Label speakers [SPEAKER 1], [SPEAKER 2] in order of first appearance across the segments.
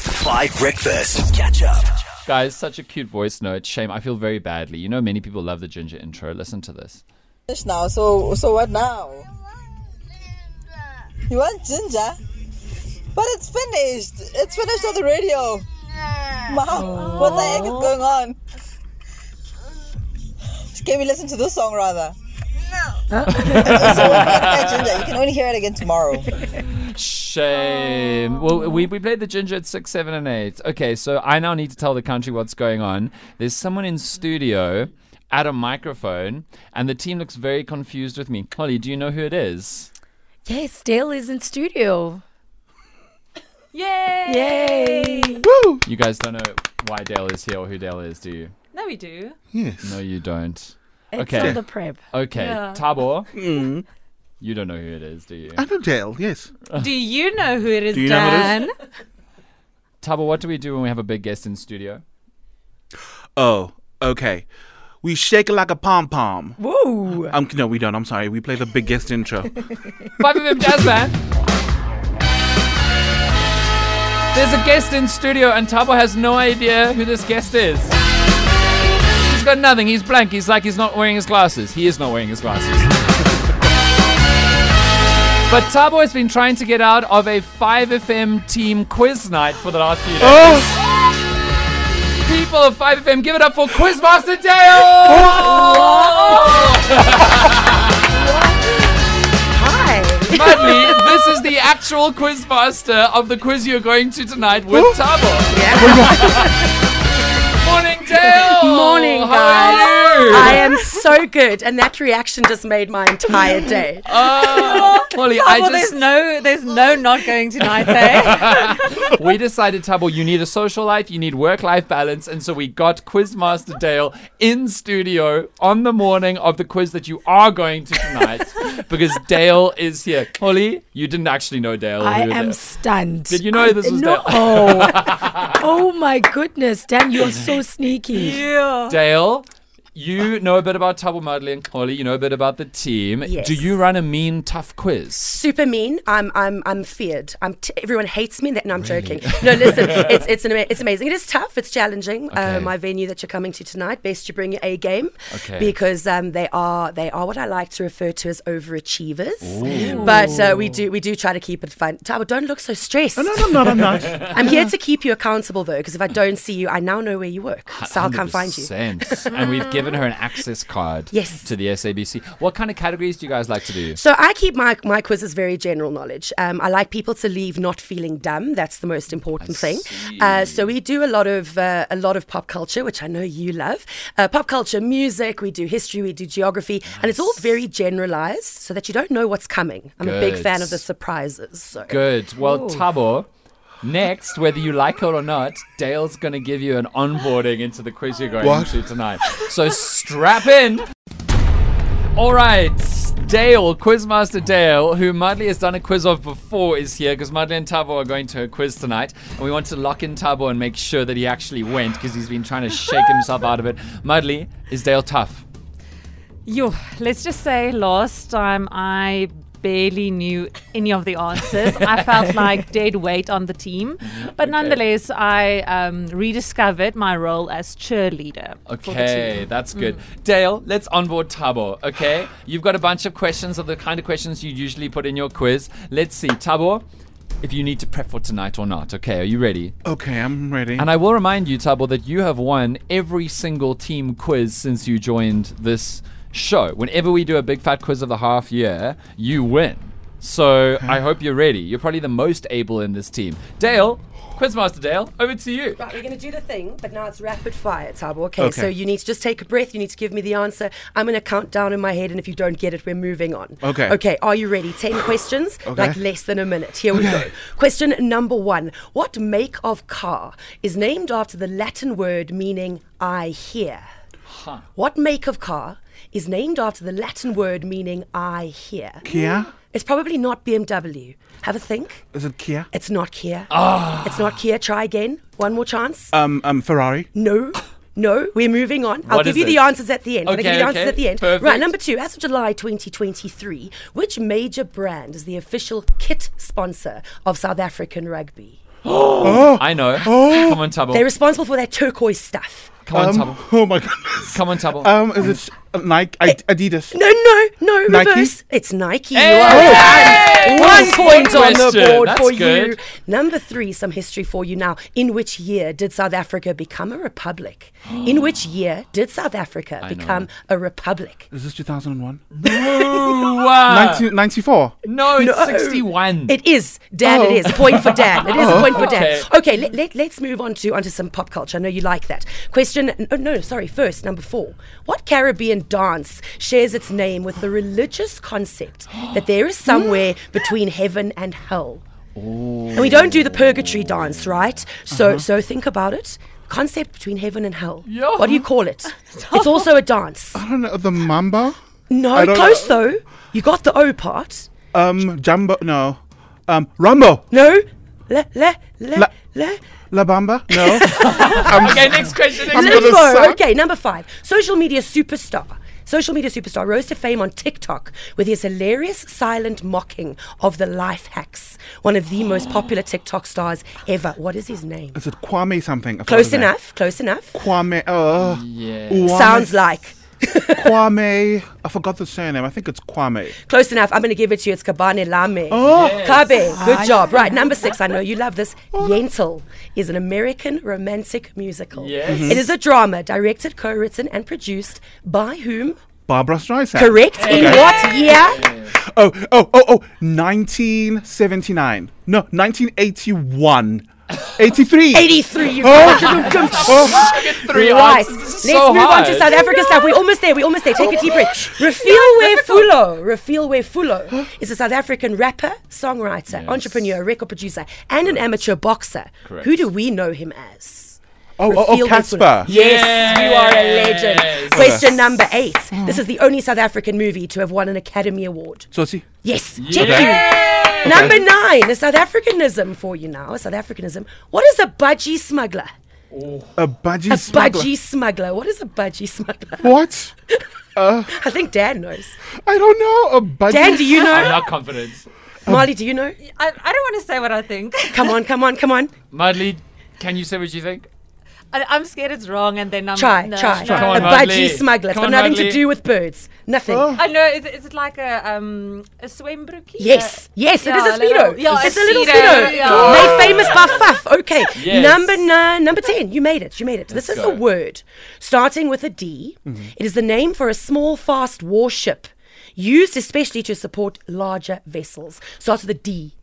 [SPEAKER 1] Five Breakfast. Catch up.
[SPEAKER 2] Guys, such a cute voice note. Shame, I feel very badly. You know, many people love the ginger intro. Listen to this.
[SPEAKER 3] fish now. So so what now? You want ginger? But it's finished. It's finished on the radio. Mom, what the heck is going on? Can we listen to this song rather? No. so what about that ginger? You can only hear it again tomorrow.
[SPEAKER 2] Shame.
[SPEAKER 4] Oh.
[SPEAKER 2] Well, we, we played the ginger at six, seven, and eight. Okay, so I now need to tell the country what's going on. There's someone in studio at a microphone, and the team looks very confused with me. Holly, do you know who it is?
[SPEAKER 5] Yes, Dale is in studio. Yay!
[SPEAKER 4] Yay!
[SPEAKER 2] You guys don't know why Dale is here or who Dale is, do you?
[SPEAKER 4] No, we do.
[SPEAKER 2] No, you don't.
[SPEAKER 5] It's
[SPEAKER 2] Okay.
[SPEAKER 5] on the prep.
[SPEAKER 2] Okay,
[SPEAKER 4] Yeah.
[SPEAKER 2] Tabor. You don't know who it is, do you?
[SPEAKER 6] I know Dale, yes.
[SPEAKER 4] Do you know who it is,
[SPEAKER 6] Do you know who it is?
[SPEAKER 4] Dan?
[SPEAKER 2] Tabor, what do we do when we have a big guest in studio?
[SPEAKER 6] Oh, okay. We shake it like a pom pom.
[SPEAKER 5] Whoa!
[SPEAKER 6] Um, no, we don't. I'm sorry. We play the biggest intro.
[SPEAKER 2] Five of them jazz band. There's a guest in studio, and Tabo has no idea who this guest is. He's got nothing. He's blank. He's like he's not wearing his glasses. He is not wearing his glasses. But Tabo has been trying to get out of a 5FM team quiz night for the last few days. People of 5FM, give it up for Quizmaster Dale!
[SPEAKER 5] Hi!
[SPEAKER 2] Mudley, this is the actual quizmaster of the quiz you're going to tonight with Tabo. Morning, Dale.
[SPEAKER 5] Morning,
[SPEAKER 2] How
[SPEAKER 5] guys.
[SPEAKER 2] Are you?
[SPEAKER 5] I am so good, and that reaction just made my entire day.
[SPEAKER 2] Oh, Holly, I
[SPEAKER 4] well,
[SPEAKER 2] just
[SPEAKER 4] there's no, there's no not going tonight, eh?
[SPEAKER 2] we decided, Tabo, you need a social life, you need work-life balance, and so we got Quizmaster Dale in studio on the morning of the quiz that you are going to tonight because Dale is here. Holly, you didn't actually know Dale.
[SPEAKER 5] I
[SPEAKER 2] who
[SPEAKER 5] am
[SPEAKER 2] Dale-
[SPEAKER 5] stunned.
[SPEAKER 2] Did you know
[SPEAKER 5] I-
[SPEAKER 2] this was
[SPEAKER 5] no.
[SPEAKER 2] Dale?
[SPEAKER 5] Oh. oh my goodness, Dan, you are so sneaky.
[SPEAKER 4] yeah.
[SPEAKER 2] Dale, you know a bit about Tabo Mudley and Holly. You know a bit about the team.
[SPEAKER 5] Yes.
[SPEAKER 2] Do you run a mean, tough quiz?
[SPEAKER 5] Super mean. I'm. I'm. I'm feared. I'm. T- everyone hates me. That, no, I'm joking. No, listen. it's. It's an. ama- It's amazing. It is tough. It's challenging.
[SPEAKER 2] Okay.
[SPEAKER 5] Uh, my venue that you're coming to tonight. Best you bring your A game.
[SPEAKER 2] Okay.
[SPEAKER 5] Because um, they are. They are what I like to refer to as overachievers. But uh, we do. We do try to keep it fun. Tabo, don't look so stressed.
[SPEAKER 6] Oh, no, no, no, no, no.
[SPEAKER 5] I'm here to keep you accountable though, because if I don't see you, I now know where you work. So I'll come find you.
[SPEAKER 2] 100%. and we've given her an access card
[SPEAKER 5] Yes.
[SPEAKER 2] to the SABC. What kind of categories do you guys like to do?
[SPEAKER 5] So I keep my, my quizzes very general knowledge. Um, I like people to leave not feeling dumb. That's the most important thing. Uh, so we do a lot of uh, a lot of pop culture, which I know you love. Uh, pop culture, music. We do history. We do geography, and it's all very generalized, so that you don't know what's coming. I'm a
[SPEAKER 2] Good.
[SPEAKER 5] big fan of the surprises. So.
[SPEAKER 2] Good. Well, Tabo. Next, whether you like it or not, Dale's going to give you an onboarding into the quiz you're going
[SPEAKER 6] What?
[SPEAKER 2] to tonight. So strap in. All right, Dale, Quizmaster Dale, who Mudley has done a quiz of before, is here because Mudley and Tabo are going to a quiz tonight. And we want to lock in Tabo and make sure that he actually went because he's been trying to shake himself out of it. Mudley, is Dale tough?
[SPEAKER 4] Yo, let's just say last time I barely knew any of the answers. I felt like dead weight on the team.
[SPEAKER 5] Mm-hmm.
[SPEAKER 4] But nonetheless, I um, rediscovered my role as cheerleader. for the team.
[SPEAKER 2] Okay, that's good. Dale, let's onboard Tabo, okay? You've got a bunch of questions of the kind of questions you usually put in your quiz. Let's see, Tabo, if you need to prep for tonight or not, okay? Are you ready?
[SPEAKER 6] Okay, I'm ready.
[SPEAKER 2] And I will remind you, Tabo, that you have won every single team quiz since you joined this show. Whenever we do a big fat quiz of the half year, you win. So I hope you're ready. You're probably the most able in this team. Dale, Quizmaster Dale, over to you.
[SPEAKER 5] Right, we're going to do the thing, but now it's rapid fire, Tabo. Okay, so
[SPEAKER 6] Okay.
[SPEAKER 5] you need to just take a breath. You need to give me the answer. I'm going to count down in my head, and if you don't get it, we're moving on.
[SPEAKER 6] Okay.
[SPEAKER 5] Okay, are you ready? 10 questions,
[SPEAKER 6] Okay.
[SPEAKER 5] like less than a minute. Here we go. Question number one What make of car is named after the Latin word meaning I hear? What make of car is named after the Latin word meaning I hear?
[SPEAKER 6] Kia?
[SPEAKER 5] It's probably not BMW. Have a think.
[SPEAKER 6] Is it Kia?
[SPEAKER 5] It's not Kia. It's not Kia. Try again. One more chance.
[SPEAKER 6] Um, um, Ferrari?
[SPEAKER 5] No, no, we're moving on. I'll
[SPEAKER 2] What
[SPEAKER 5] give
[SPEAKER 2] is
[SPEAKER 5] you the
[SPEAKER 2] it?
[SPEAKER 5] answers at the end. I'll give
[SPEAKER 2] Okay,
[SPEAKER 5] you the answers
[SPEAKER 2] okay,
[SPEAKER 5] at the end.
[SPEAKER 2] perfect.
[SPEAKER 5] Right, number two, as of July 2023, which major brand is the official kit sponsor of South African rugby?
[SPEAKER 2] I know. Come on, Tubble.
[SPEAKER 5] They're responsible for that turquoise stuff.
[SPEAKER 2] Come on,
[SPEAKER 6] Oh! Um,
[SPEAKER 2] Tubble.
[SPEAKER 6] oh my goodness.
[SPEAKER 2] Come on, Tubble.
[SPEAKER 6] Um, is it uh, Nike? I, Adidas.
[SPEAKER 5] Eh. No, no, no,
[SPEAKER 6] Nike?
[SPEAKER 5] reverse. It's Nike. You
[SPEAKER 2] Hey!
[SPEAKER 5] are done. One
[SPEAKER 2] Good
[SPEAKER 5] point on the
[SPEAKER 2] question.
[SPEAKER 5] board
[SPEAKER 2] That's
[SPEAKER 5] for you.
[SPEAKER 2] good.
[SPEAKER 5] Number three, some history for you now. In which year did South Africa become a republic? In which year did South Africa become a republic?
[SPEAKER 6] Is this 2001?
[SPEAKER 2] Ooh,
[SPEAKER 5] Uh.
[SPEAKER 2] wow.
[SPEAKER 6] 1994.
[SPEAKER 2] no, it's
[SPEAKER 5] No.
[SPEAKER 2] 61.
[SPEAKER 5] It is, Dan.
[SPEAKER 6] Oh.
[SPEAKER 5] It is. Point for Dan. It is a point for Dan.
[SPEAKER 2] Okay.
[SPEAKER 5] Okay, let, let, let's move on to onto some pop culture. I know you like that. Question. Oh, no, sorry. First, number four. What Caribbean dance shares its name with the religious concept that there is somewhere between heaven and hell? And we don't do the purgatory dance, right? So,
[SPEAKER 6] Uh-huh.
[SPEAKER 5] so think about it. Concept between heaven and hell.
[SPEAKER 2] Yeah.
[SPEAKER 5] What do you call it? it's also a dance.
[SPEAKER 6] I don't know. The Mamba?
[SPEAKER 5] No,
[SPEAKER 6] I don't
[SPEAKER 5] close though. You got the O part.
[SPEAKER 6] Um, Jumbo? No. Um, Rumbo?
[SPEAKER 5] No. La la
[SPEAKER 6] La-
[SPEAKER 5] la la. la.
[SPEAKER 6] La Bamba? No. um,
[SPEAKER 2] okay, next question. Next
[SPEAKER 6] I'm
[SPEAKER 2] question.
[SPEAKER 6] gonna
[SPEAKER 5] Limbo.
[SPEAKER 6] suck.
[SPEAKER 5] Okay, number five. Social media superstar. Social media superstar rose to fame on TikTok with his hilarious silent mocking of the life hacks. One of the most popular TikTok stars ever. What is his name?
[SPEAKER 6] Is it Kwame something? I've
[SPEAKER 5] Close
[SPEAKER 6] heard of that.
[SPEAKER 5] enough. Close enough.
[SPEAKER 6] Kwame. Uh,
[SPEAKER 2] Yeah.
[SPEAKER 6] Kwame-
[SPEAKER 5] Sounds like.
[SPEAKER 6] Kwame. I forgot the surname. I think it's Kwame.
[SPEAKER 5] Close enough. I'm going to give it to you. It's Kabane Lame. Oh, Kabe. Good job. Right. Number six. I know you love this. Yentl is an American romantic musical.
[SPEAKER 2] Yes. Mhm.
[SPEAKER 5] It is a drama directed, co written, and produced by whom?
[SPEAKER 6] Barbara Streisand.
[SPEAKER 5] Correct. In what year?
[SPEAKER 6] Oh, oh, oh, oh. 1979. No, 1981. 83.
[SPEAKER 5] 83. You
[SPEAKER 6] Oh.
[SPEAKER 5] oh.
[SPEAKER 2] Three
[SPEAKER 5] Right.
[SPEAKER 2] answers. This
[SPEAKER 5] Let's
[SPEAKER 2] is so
[SPEAKER 5] move on to
[SPEAKER 2] hard. Oh,
[SPEAKER 5] South Africa stuff. We're almost there. We're almost there. Take a deep breath. Refilwe Fulo. Refilwe Fulo is a South African rapper, songwriter, entrepreneur, record producer, and an amateur boxer.
[SPEAKER 2] Correct.
[SPEAKER 5] Who do we know him as?
[SPEAKER 6] Oh, oh, oh,
[SPEAKER 5] Refilwe
[SPEAKER 6] Casper.
[SPEAKER 5] Fulo. Yes, you are a legend.
[SPEAKER 2] Yes.
[SPEAKER 5] Question number eight. This is the only South African movie to have won an Academy Award.
[SPEAKER 6] Saucy.
[SPEAKER 5] Yes. Check
[SPEAKER 2] Okay.
[SPEAKER 5] you. Number nine, a South Africanism for you now, a South Africanism. What is a budgie smuggler?
[SPEAKER 6] A budgie
[SPEAKER 5] A
[SPEAKER 6] smuggler.
[SPEAKER 5] budgie smuggler. What is a budgie smuggler?
[SPEAKER 6] What?
[SPEAKER 5] I think Dan knows.
[SPEAKER 6] I don't know. A budgie.
[SPEAKER 5] Dan, do you
[SPEAKER 2] I'm
[SPEAKER 5] know?
[SPEAKER 2] not confident.
[SPEAKER 5] Marley, do you know?
[SPEAKER 4] I, I don't want to say what I think.
[SPEAKER 5] Come on, come on, come on.
[SPEAKER 2] Madly, can you say what you think?
[SPEAKER 4] I, I'm scared it's wrong, and then I'm
[SPEAKER 5] Try,
[SPEAKER 4] no,
[SPEAKER 5] try.
[SPEAKER 4] no.
[SPEAKER 2] Come on,
[SPEAKER 5] a
[SPEAKER 2] Marley.
[SPEAKER 5] budgie smuggler. It's
[SPEAKER 2] Come
[SPEAKER 5] got
[SPEAKER 2] on,
[SPEAKER 5] nothing
[SPEAKER 2] Marley.
[SPEAKER 5] to do with birds. Nothing.
[SPEAKER 4] I know. Is, it- is it like a um a swembroekie?
[SPEAKER 5] Yes, yes,
[SPEAKER 4] Yeah,
[SPEAKER 5] it is a
[SPEAKER 4] little-
[SPEAKER 5] speedo.
[SPEAKER 4] yeah,
[SPEAKER 5] it's
[SPEAKER 4] a
[SPEAKER 5] a little
[SPEAKER 4] speedo,
[SPEAKER 5] speedo.
[SPEAKER 4] yeah.
[SPEAKER 5] Made famous by Fuff. Okay,
[SPEAKER 2] Yes.
[SPEAKER 5] number nine, number ten. You made it. You made it. This
[SPEAKER 2] Let's
[SPEAKER 5] is
[SPEAKER 2] go.
[SPEAKER 5] a word starting with a D. It is the name for a small, fast warship, used especially to support larger vessels. Starts with a D.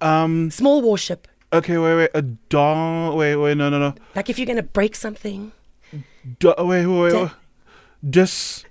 [SPEAKER 5] Um, small warship.
[SPEAKER 6] Okay, wait, wait. A dong. Wait, wait. No, no, no.
[SPEAKER 5] Like if you're gonna break something.
[SPEAKER 6] Do- wait, wait, wait.
[SPEAKER 5] Da-
[SPEAKER 6] wait. Des.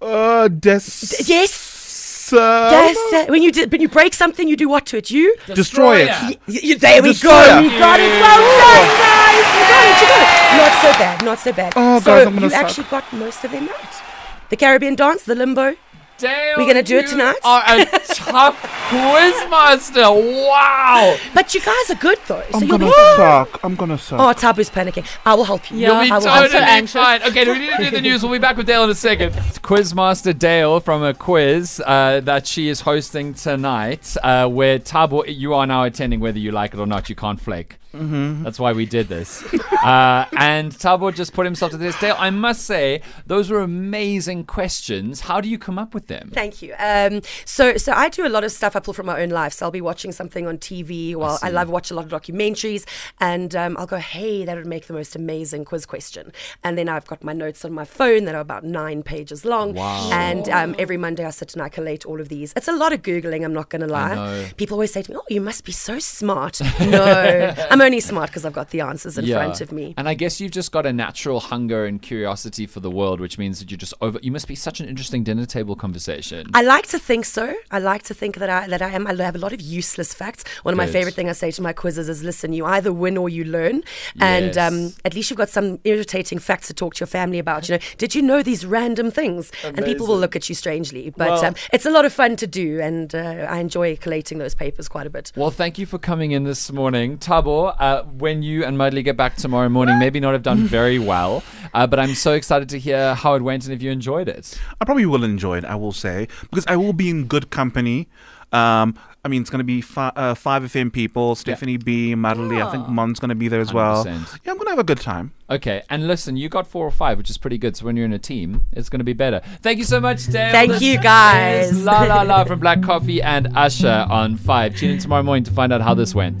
[SPEAKER 6] Uh, des.
[SPEAKER 5] Yes.
[SPEAKER 6] uh,
[SPEAKER 5] Yes. uh, when you did, when you break something, you do what to it? You.
[SPEAKER 6] Destroy it.
[SPEAKER 2] Destroyer.
[SPEAKER 5] Y- y- there we
[SPEAKER 6] Destroyer.
[SPEAKER 5] go. We got it. Well
[SPEAKER 6] Oh.
[SPEAKER 5] done, guys. You got it. You got it. Not so bad. Not so bad.
[SPEAKER 6] Oh,
[SPEAKER 5] so
[SPEAKER 6] guys, I'm gonna
[SPEAKER 5] you
[SPEAKER 6] suck.
[SPEAKER 5] actually got most of them right. The Caribbean dance, the limbo.
[SPEAKER 2] Dale,
[SPEAKER 5] We're gonna do it
[SPEAKER 2] you
[SPEAKER 5] tonight?
[SPEAKER 2] Are a tough quizmaster. Wow.
[SPEAKER 5] But you guys are good though. So
[SPEAKER 6] I'm
[SPEAKER 5] you'll be.
[SPEAKER 6] gonna
[SPEAKER 5] fine.
[SPEAKER 6] suck. I'm gonna suck.
[SPEAKER 5] Oh, Tabu's panicking. I will help you.
[SPEAKER 4] Yeah.
[SPEAKER 2] You'll be
[SPEAKER 5] Uh, I will
[SPEAKER 4] I'm so
[SPEAKER 2] totally
[SPEAKER 5] help you.
[SPEAKER 4] anxious.
[SPEAKER 2] fine. Okay, we need to do the news. We'll be back with Dale in a second. It's Quizmaster Dale from a quiz uh, that she is hosting tonight, uh, where Tabo, you are now attending whether you like it or not. You can't flake. Mm-hmm. That's why we did this. uh, and Tabo just put himself to this. Dale, I must say, those were amazing questions. How do you come up with them?
[SPEAKER 5] Thank you. Um, so, so I do a lot of stuff I pull from my own life. So I'll be watching something on TV. Well, I, love watch a lot of documentaries, and um, I'll go, "Hey, that would make the most amazing quiz question." And then I've got my notes on my phone that are about nine pages long.
[SPEAKER 2] Wow.
[SPEAKER 5] And um, every Monday I sit and I collate all of these. It's a lot of googling. I'm not going to
[SPEAKER 2] know.
[SPEAKER 5] lie. People always say to me, "Oh, you must be so smart." no, I'm only smart because I've got the answers in front of me.
[SPEAKER 2] And I guess you've just got a natural hunger and curiosity for the world, which means that you just over. You must be such an interesting dinner table conversation.
[SPEAKER 5] I like to think so. I like to think that I that I am. I have a lot of useless facts. One of my
[SPEAKER 2] Good.
[SPEAKER 5] favorite things I say to my quizzes is, "Listen, you either win or you learn." And
[SPEAKER 2] Yes.
[SPEAKER 5] um, at least you've got some irritating facts to talk to your family about. You know, did you know these random things? And people will look at you strangely. But um, it's a lot of fun to do, and uh, I enjoy collating those papers quite a bit.
[SPEAKER 2] Well, thank you for coming in this morning, Tabo. Uh, when you and Mudley get back tomorrow morning, maybe not have done very well, uh, but I'm so excited to hear how it went and if you enjoyed it.
[SPEAKER 6] I probably will enjoy it. I will say because I will be in good company. Um, I mean, it's going to be fi- uh, five FM people, Stephanie B, Madeline. I think Mon's going to be there as well.
[SPEAKER 2] 100%.
[SPEAKER 6] Yeah, I'm going to have a good time.
[SPEAKER 2] Okay, and listen, you got four or five, which is pretty good. So when you're in a team, it's going to be better. Thank you so much, Dale.
[SPEAKER 5] Thank
[SPEAKER 2] This
[SPEAKER 5] you, guys.
[SPEAKER 2] is La La La from Black Coffee and Usher on Five. Tune in tomorrow morning to find out how this went.